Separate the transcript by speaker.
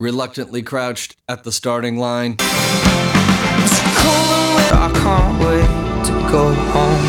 Speaker 1: reluctantly crouched at the starting line.
Speaker 2: I can't wait to go.